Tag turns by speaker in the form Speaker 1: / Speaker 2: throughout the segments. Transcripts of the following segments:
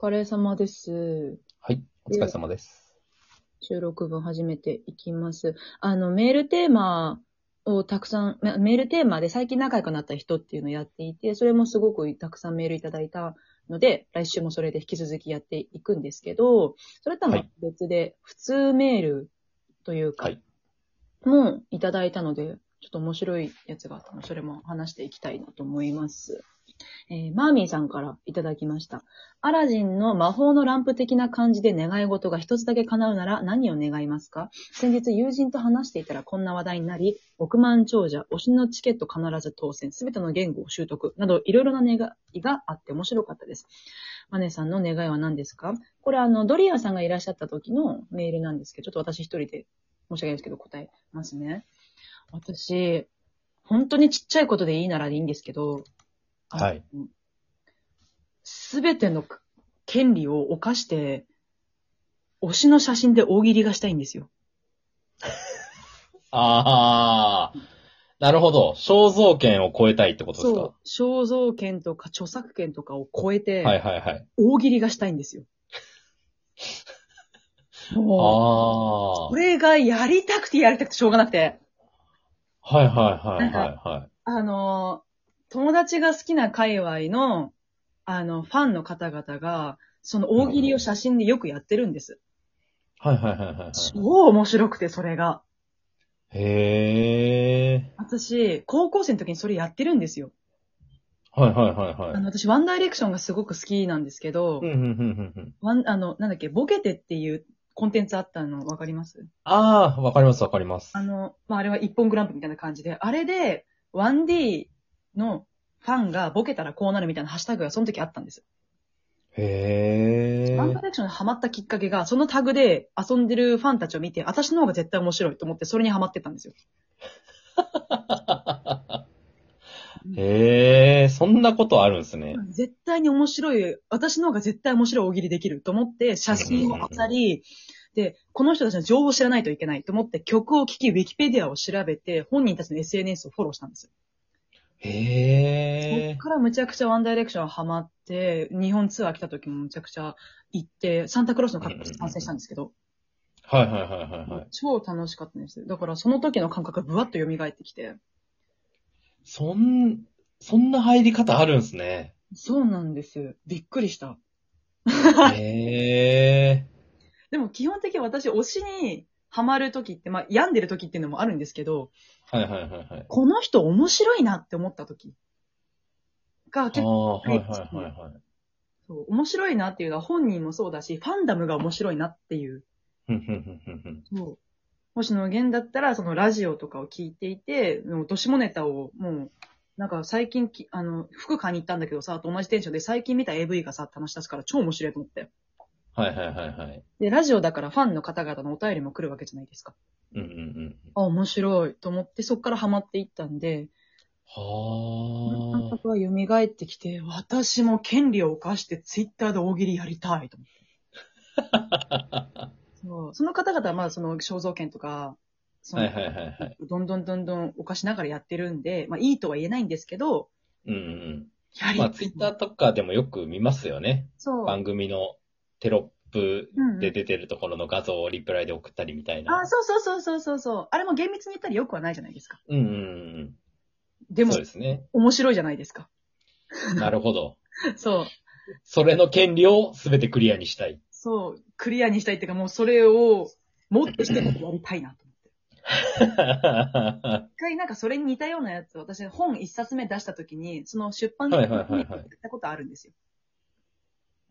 Speaker 1: 疲れ様です。
Speaker 2: はい、お疲れ様です。
Speaker 1: 収録分始めていきます。あの、メールテーマをたくさん、メメールテーマで最近仲良くなった人っていうのをやっていて、それもすごくたくさんメールいただいたので、来週もそれで引き続きやっていくんですけど、それとはま
Speaker 2: は
Speaker 1: た別で、普通メールというか、
Speaker 2: はい
Speaker 1: もういただいたので、ちょっと面白いやつがあったので、それも話していきたいなと思います。えーマーミーさんからいただきました。アラジンの魔法のランプ的な感じで願い事が一つだけ叶うなら何を願いますか先日友人と話していたらこんな話題になり、億万長者、推しのチケット必ず当選、すべての言語を習得などいろいろな願いがあって面白かったです。マネさんの願いは何ですかこれあの、ドリアさんがいらっしゃった時のメールなんですけど、ちょっと私一人で申し訳ないですけど答えますね。私、本当にちっちゃいことでいいならでいいんですけど、あ
Speaker 2: はい。
Speaker 1: すべての権利を犯して、推しの写真で大喜利がしたいんですよ。
Speaker 2: ああ、なるほど。肖像権を超えたいってことですか
Speaker 1: そう。肖像権とか著作権とかを超えて、
Speaker 2: はいはいはい。
Speaker 1: 大喜利がしたいんです よ。もう、
Speaker 2: ああ
Speaker 1: こ。れがやりたくてやりたくてしょうがなくて。
Speaker 2: はいはいはいはいはい。
Speaker 1: あの、友達が好きな界隈の、あの、ファンの方々が、その大喜利を写真でよくやってるんです。
Speaker 2: はいはいはいはいはい。
Speaker 1: 超面白くて、それが。
Speaker 2: へえ。
Speaker 1: 私、高校生の時にそれやってるんですよ。
Speaker 2: はいはいはい
Speaker 1: あ
Speaker 2: はい。
Speaker 1: の、私、ワンダイレクションがすごく好きなんですけど、
Speaker 2: うんうんうんうんうん。
Speaker 1: ワン、あの、なんだっけ、ボケてっていうコンテンツあったのわかります
Speaker 2: ああ、わかりますわかります。
Speaker 1: あの、まあ、あれは一本グランプリみたいな感じで、あれで、1D のファンがボケたらこうなるみたいなハッシュタグがその時あったんです。
Speaker 2: へえ。
Speaker 1: ワンダイレクションにハマったきっかけが、そのタグで遊んでるファンたちを見て、私の方が絶対面白いと思って、それにハマってたんですよ。
Speaker 2: へえ、そんなことあるんですね。
Speaker 1: 絶対に面白い、私の方が絶対面白い大喜利できると思って、写真をあたり、で、この人たちの情報を知らないといけないと思って、曲を聴き、ウィキペディアを調べて、本人たちの SNS をフォローしたんですよ。そ
Speaker 2: へえ
Speaker 1: っ。からむちゃくちゃワンダイレクションハマって、日本ツアー来た時もむちゃくちゃ行って、サンタクロースの格好して参戦したんですけど、
Speaker 2: はいはいはいはいはい。
Speaker 1: 超楽しかったんです。だからその時の感覚がブワッと蘇ってきて、
Speaker 2: そん、そんな入り方あるんですね。
Speaker 1: そうなんですよ。びっくりした。
Speaker 2: へえ。
Speaker 1: でも基本的に私、推しにハマる時って、まあ、病んでる時っていうのもあるんですけど、
Speaker 2: はいはいはいはい。
Speaker 1: この人面白いなって思った時が
Speaker 2: あ
Speaker 1: 結構、
Speaker 2: あ、はいはいはいはい。
Speaker 1: 面白いなっていうのは本人もそうだし、ファンダムが面白いなっていう。
Speaker 2: ふんふんふんふんふん
Speaker 1: そう。星野源だったら、そのラジオとかを聞いていて、もうどしもネタをもう、なんか最近き、あの、服買いに行ったんだけどさ、と同じテンションで最近見た AV がさ、って話し出すから超面白いと思って。
Speaker 2: はいはいはいはい。
Speaker 1: で、ラジオだからファンの方々のお便りも来るわけじゃないですか。
Speaker 2: うんうんうん。
Speaker 1: あ、面白いと思って、そっからハマっていったんで、感
Speaker 2: は
Speaker 1: 覚は蘇ってきて、私も権利を犯してツイッターで大喜利やりたいと思って。 そうその方々はまだその肖像権とか、そ
Speaker 2: あ。
Speaker 1: の
Speaker 2: はいはいはいはい。
Speaker 1: どんどんどんどん犯しながらやってるんで、まあいいとは言えないんですけど、
Speaker 2: うんうん
Speaker 1: や
Speaker 2: うん。
Speaker 1: り
Speaker 2: まあツイッターとかでもよく見ますよね。
Speaker 1: そう。
Speaker 2: 番組のテロップ
Speaker 1: うんうん
Speaker 2: で出てるところの画像をリプライで送ったりみたい
Speaker 1: あ、
Speaker 2: な。
Speaker 1: そうそうそうそうそうそう。あれも厳密に言ったらよくはないじゃないですか。
Speaker 2: うんうんう
Speaker 1: で
Speaker 2: ん。
Speaker 1: も
Speaker 2: そう、ですね。
Speaker 1: 面白いじゃないですか。
Speaker 2: なるほど。
Speaker 1: そう。
Speaker 2: それの権利をすべてクリアにしたい。
Speaker 1: そう。クリアにしたいっていうか、もうそれを、もっとしてやりたいなと思って。
Speaker 2: は
Speaker 1: 一回なんかそれに似たようなやつ、私本一冊目出した時に、その出版業界に
Speaker 2: はいはいはいはい
Speaker 1: やったことあるんですよ。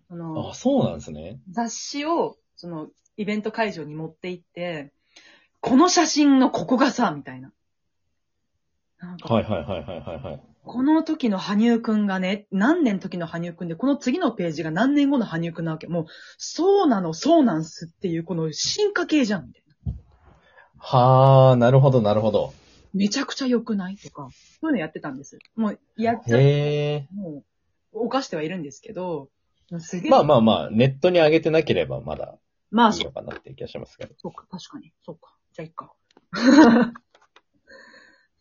Speaker 1: その
Speaker 2: あ、そうなんですね。
Speaker 1: 雑誌を、そのイベント会場に持って行って、この写真のここがさ、みたいな。なんか、
Speaker 2: はいはいはいはいはいはい。
Speaker 1: この時の羽生くんがね、何年の時の羽生くんで、この次のページが何年後の羽生くんなわけ。もう、そうなの、そうなんすっていう、この進化系じゃん、みたいな。
Speaker 2: はあ、なるほどなるほど。
Speaker 1: めちゃくちゃ良くないとか、そういうのやってたんです。もう、やっちゃっ
Speaker 2: へえ。
Speaker 1: もう、犯してはいるんですけど、すげえ。
Speaker 2: まあまあまあ、ネットに上げてなければまだ
Speaker 1: まあ、
Speaker 2: いい
Speaker 1: そ
Speaker 2: のかなっていう気がしますけど。
Speaker 1: そうか、確かに。そうか。じゃあ、いっか。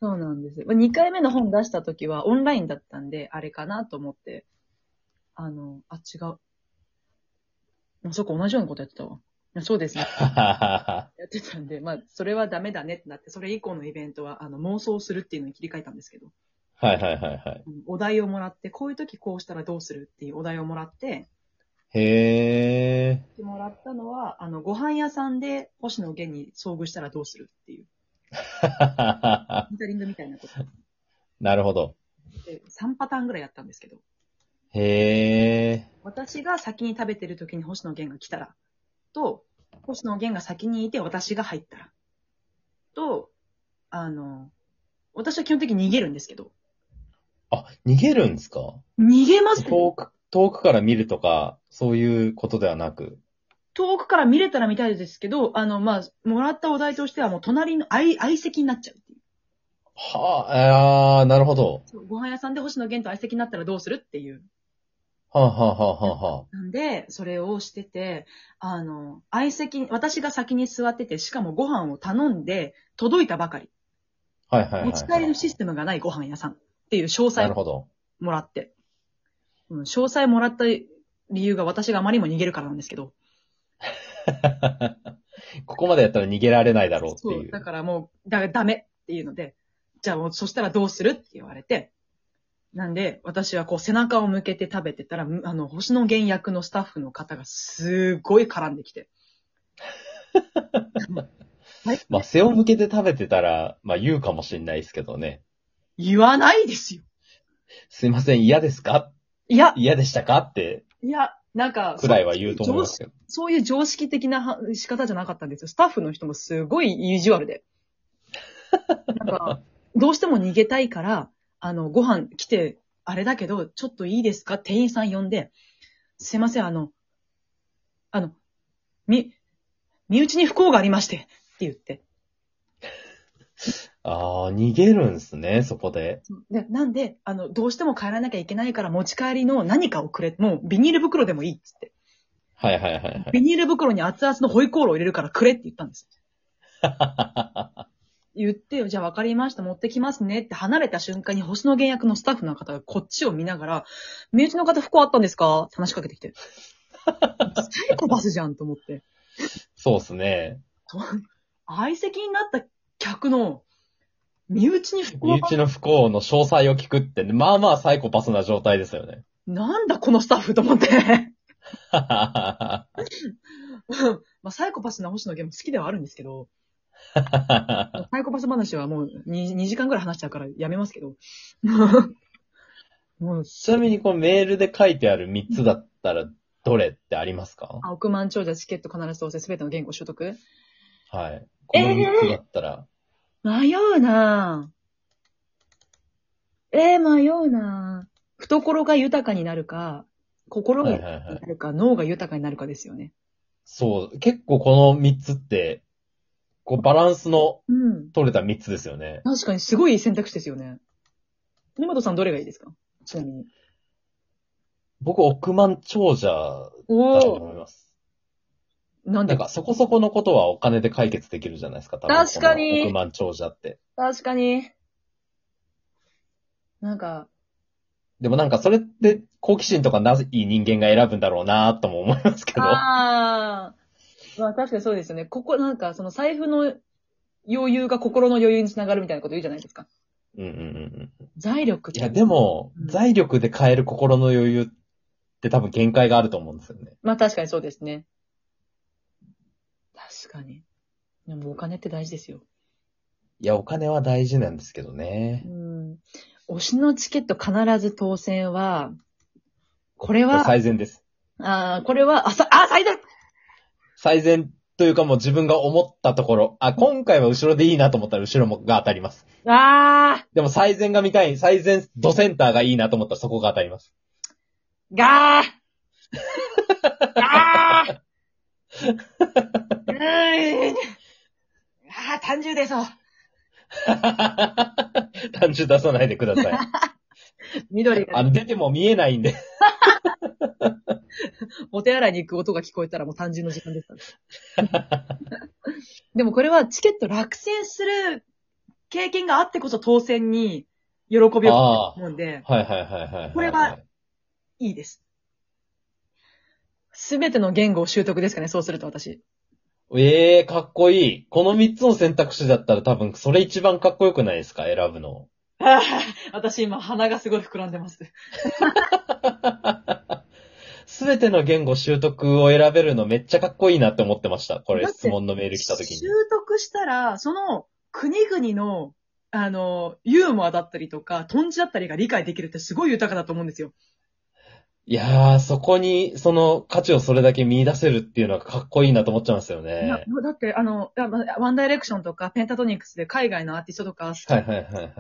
Speaker 1: そうなんです。まあ2回目の本出した時はオンラインだったんで、あれかなと思って、あの、あ、違う。あそっか、同じようなことやってたわ。そうですね。
Speaker 2: ははは
Speaker 1: やってたんで、まあ、それはダメだねってなって、それ以降のイベントは、あの、妄想するっていうのに切り替えたんですけど、
Speaker 2: ははいはいはいはい。
Speaker 1: うんお題をもらって、こういう時こうしたらどうするっていうお題をもらって、
Speaker 2: へえ。
Speaker 1: もらったのは、あの、ご飯屋さんで星野源に遭遇したらどうするっていう、
Speaker 2: はははは
Speaker 1: モニタリングみたいなこと
Speaker 2: なるほど。
Speaker 1: で、3パターンぐらいやったんですけど、
Speaker 2: へえ。
Speaker 1: 私が先に食べてる時に星野源が来たら、と、星野源が先にいて私が入ったら、と、あの、私は基本的に逃げるんですけど、
Speaker 2: あ、逃げるんですか
Speaker 1: 逃げますね
Speaker 2: 遠く、遠くから見るとか、そういうことではなく。
Speaker 1: 遠くから見れたら見たいですけど、あの、まあ、もらったお題としてはもう隣の相、相席になっちゃうっていう。
Speaker 2: はあ、あーなるほど。
Speaker 1: そうご飯屋さんで星野源と相席になったらどうするっていう。
Speaker 2: はあ、はあはあはあは
Speaker 1: なんで、それをしてて、あの、相席に、私が先に座ってて、しかもご飯を頼んで、届いたばかり。
Speaker 2: あ、はいはいはい、はい。
Speaker 1: 持ち帰りのシステムがないご飯屋さんっていう詳
Speaker 2: な
Speaker 1: 細
Speaker 2: るほど。
Speaker 1: もらって。うん、詳細もらった理由が私があまりにも逃げるからなんですけど。
Speaker 2: ここまでやったら逃げられないだろうって
Speaker 1: そ、
Speaker 2: いうう。
Speaker 1: だからもう、だ、ダメっていうので、じゃあもう、そしたらどうするって言われて、なんで、私はこう背中を向けて食べてたら、むあの、星野源役のスタッフの方がすごい絡んできて。はい
Speaker 2: まあ、背を向けて食べてたら、まあ言うかもしれないですけどね。
Speaker 1: 言わないですよ。
Speaker 2: すいません、嫌ですか
Speaker 1: いや、
Speaker 2: 嫌でしたかって、
Speaker 1: いや、なんか、
Speaker 2: くらいは言うと思いますけど。
Speaker 1: そういう常識的なは仕方じゃなかったんですよ。スタッフの人もすごい意地悪で。なんか、どうしても逃げたいから、あの、ご飯来て、あれだけど、ちょっといいですか店員さん呼んで、すいません、あの、あの、み、身内に不幸がありまして、って言って。
Speaker 2: ああ、逃げるんすね、そこで。
Speaker 1: で、なんで、あの、どうしても帰らなきゃいけないから持ち帰りの何かをくれ、もうビニール袋でもいいっつって。
Speaker 2: はいはいはいはい。
Speaker 1: ビニール袋に熱々のホイコーローを入れるからくれって言ったんです。言ってよ、じゃあ分かりました、持ってきますねって離れた瞬間に星野源役のスタッフの方がこっちを見ながら、身内の方不幸あったんですかって話しかけてきて。サイコパスじゃんと思って。
Speaker 2: そうっすね。
Speaker 1: 相席になった客の身内に不
Speaker 2: 身
Speaker 1: 幸が
Speaker 2: 内の不幸の詳細を聞くって、まあまあサイコパスな状態ですよね。
Speaker 1: なんだこのスタッフと思って。
Speaker 2: はは
Speaker 1: まあサイコパスな星野源も好きではあるんですけど、
Speaker 2: ははは
Speaker 1: サイコパス話はもう 2, 2時間ぐらい話しちゃうからやめますけど。 もう、
Speaker 2: ちなみにこのメールで書いてある3つだったら、どれってありますか
Speaker 1: あ億万長者チケット必ず当選すべての言語取得
Speaker 2: はい。この3つだったら。
Speaker 1: 迷うなぁ。えー、迷うなぁ。懐が豊かになるか、心が
Speaker 2: はい
Speaker 1: 豊
Speaker 2: はい
Speaker 1: か
Speaker 2: は
Speaker 1: に
Speaker 2: い。
Speaker 1: なるか、脳が豊かになるかですよね。
Speaker 2: そう。結構この3つって、こうバランスの
Speaker 1: うん。
Speaker 2: 取れた3つですよね。
Speaker 1: 確かにすごい選択肢ですよね。根本さんどれがいいですかちなみに。
Speaker 2: 僕、億万長者だと思
Speaker 1: お
Speaker 2: い
Speaker 1: お
Speaker 2: ます。
Speaker 1: なん
Speaker 2: な
Speaker 1: で
Speaker 2: んか、そこそこのことはお金で解決できるじゃないですか、多分
Speaker 1: 確かに
Speaker 2: この億万長者って。
Speaker 1: 確かに。なんか、
Speaker 2: でもなんか、それって好奇心とかなぜいい人間が選ぶんだろうなとも思いますけど。
Speaker 1: ああ。まあ確かにそうですよね。ここ、なんか、その財布の余裕が心の余裕につながるみたいなこと言うじゃないですか。
Speaker 2: うんうんうんうん。
Speaker 1: 財力って
Speaker 2: いや、でも
Speaker 1: うん、
Speaker 2: 財力で変える心の余裕って多分限界があると思うんですよね。
Speaker 1: まあ確かにそうですね。確かに。でもお金って大事ですよ。
Speaker 2: いや、お金は大事なんですけどね
Speaker 1: う。ん。推しのチケット必ず当選は、これは、
Speaker 2: 最善です。
Speaker 1: あーこれは、あ、さ、あ、最大
Speaker 2: 最善というかもう自分が思ったところ、あ、今回は後ろでいいなと思ったら後ろもが当たります。
Speaker 1: あ
Speaker 2: でも最善が見たい、最善、ドセンターがいいなと思ったらそこが当たります。
Speaker 1: ーがーがーうーんあー、単純です
Speaker 2: 単純出さないでくだ さい。
Speaker 1: 緑
Speaker 2: あ
Speaker 1: が、
Speaker 2: の、出ても見えないんで。
Speaker 1: お手洗いに行く音が聞こえたらもう単純の時間です。でもこれはチケット落選する経験があってこそ当選に喜びを感じると思うんで、
Speaker 2: はいはいはいはいはい。
Speaker 1: これは、いいです。すべての言語を習得ですかね、そうすると私。
Speaker 2: ええかっこいい。この3つの選択肢だったら多分、それ一番かっこよくないですか選ぶの。
Speaker 1: あー私今鼻がすごい膨らんでます。
Speaker 2: すべての言語習得を選べるのめっちゃかっこいいなって思ってました。これ
Speaker 1: だって
Speaker 2: 質問のメール来た時に
Speaker 1: 習。得したら、その国々の、あの、ユーモアだったりとか、トンチだったりが理解できるってすごい豊かだと思うんですよ。
Speaker 2: いやー、そこに、その価値をそれだけ見出せるっていうのがかっこいいなと思っちゃいますよ
Speaker 1: いや
Speaker 2: ね。
Speaker 1: だって、あの、いやまワンダイレクションとか、ペンタトニックスで海外のアーティストとか、
Speaker 2: はいはいはいはい。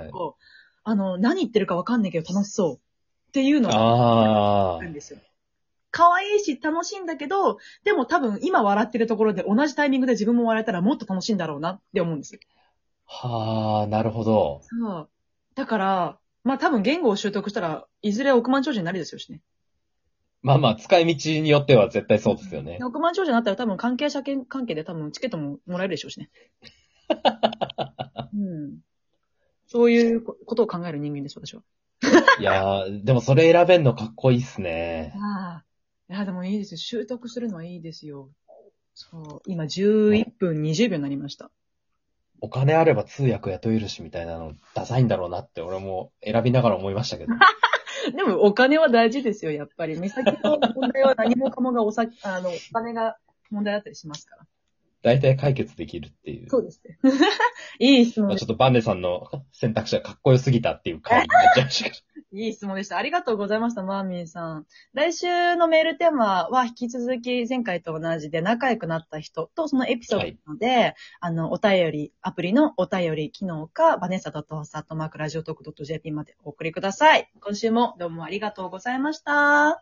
Speaker 1: あの、何言ってるかわかんないけど楽しそう。っていうのが
Speaker 2: あ
Speaker 1: な
Speaker 2: ー
Speaker 1: ん。ですよ。可愛いし楽しいんだけど、でも多分今笑ってるところで同じタイミングで自分も笑えたらもっと楽しいんだろうなって思うんですよ。
Speaker 2: はー、なるほど。
Speaker 1: そう。だから、まあ多分言語を習得したら、いずれ億万長者になるでしょうしね。
Speaker 2: まあまあ、使い道によっては絶対そうですよね
Speaker 1: で。億万長者になったら多分関係者関係で多分チケットももらえるでしょうしね。うん。そういうことを考える人間です、私は。
Speaker 2: いやー、でもそれ選べんのかっこいいっすね。
Speaker 1: ああ。いや、でもいいですよ。習得するのはいいですよ。そう。今11分20秒になりました。
Speaker 2: お金あれば通訳雇えるしみたいなの、ダサいんだろうなって俺も選びながら思いました けど。
Speaker 1: でもお金は大事ですよ、やっぱり。美咲の問題は何もかもがおさあのお金が問題だったりしますから。
Speaker 2: 大体解決できるっていう。
Speaker 1: そうですね。 いい質問
Speaker 2: まあ、
Speaker 1: でし
Speaker 2: ちょっとバンネさんの選択肢がかっこよすぎたっていう回になっちゃいましたけど。
Speaker 1: た。いい質問でした。ありがとうございました、マーミーさん。来週のメールテーマは引き続き前回と同じで仲良くなった人とそのエピソードなので、あの、お便り、アプリのお便り機能か、バネッサ .host.macradiotalk.jp までお送りください。今週もどうもありがとうございました。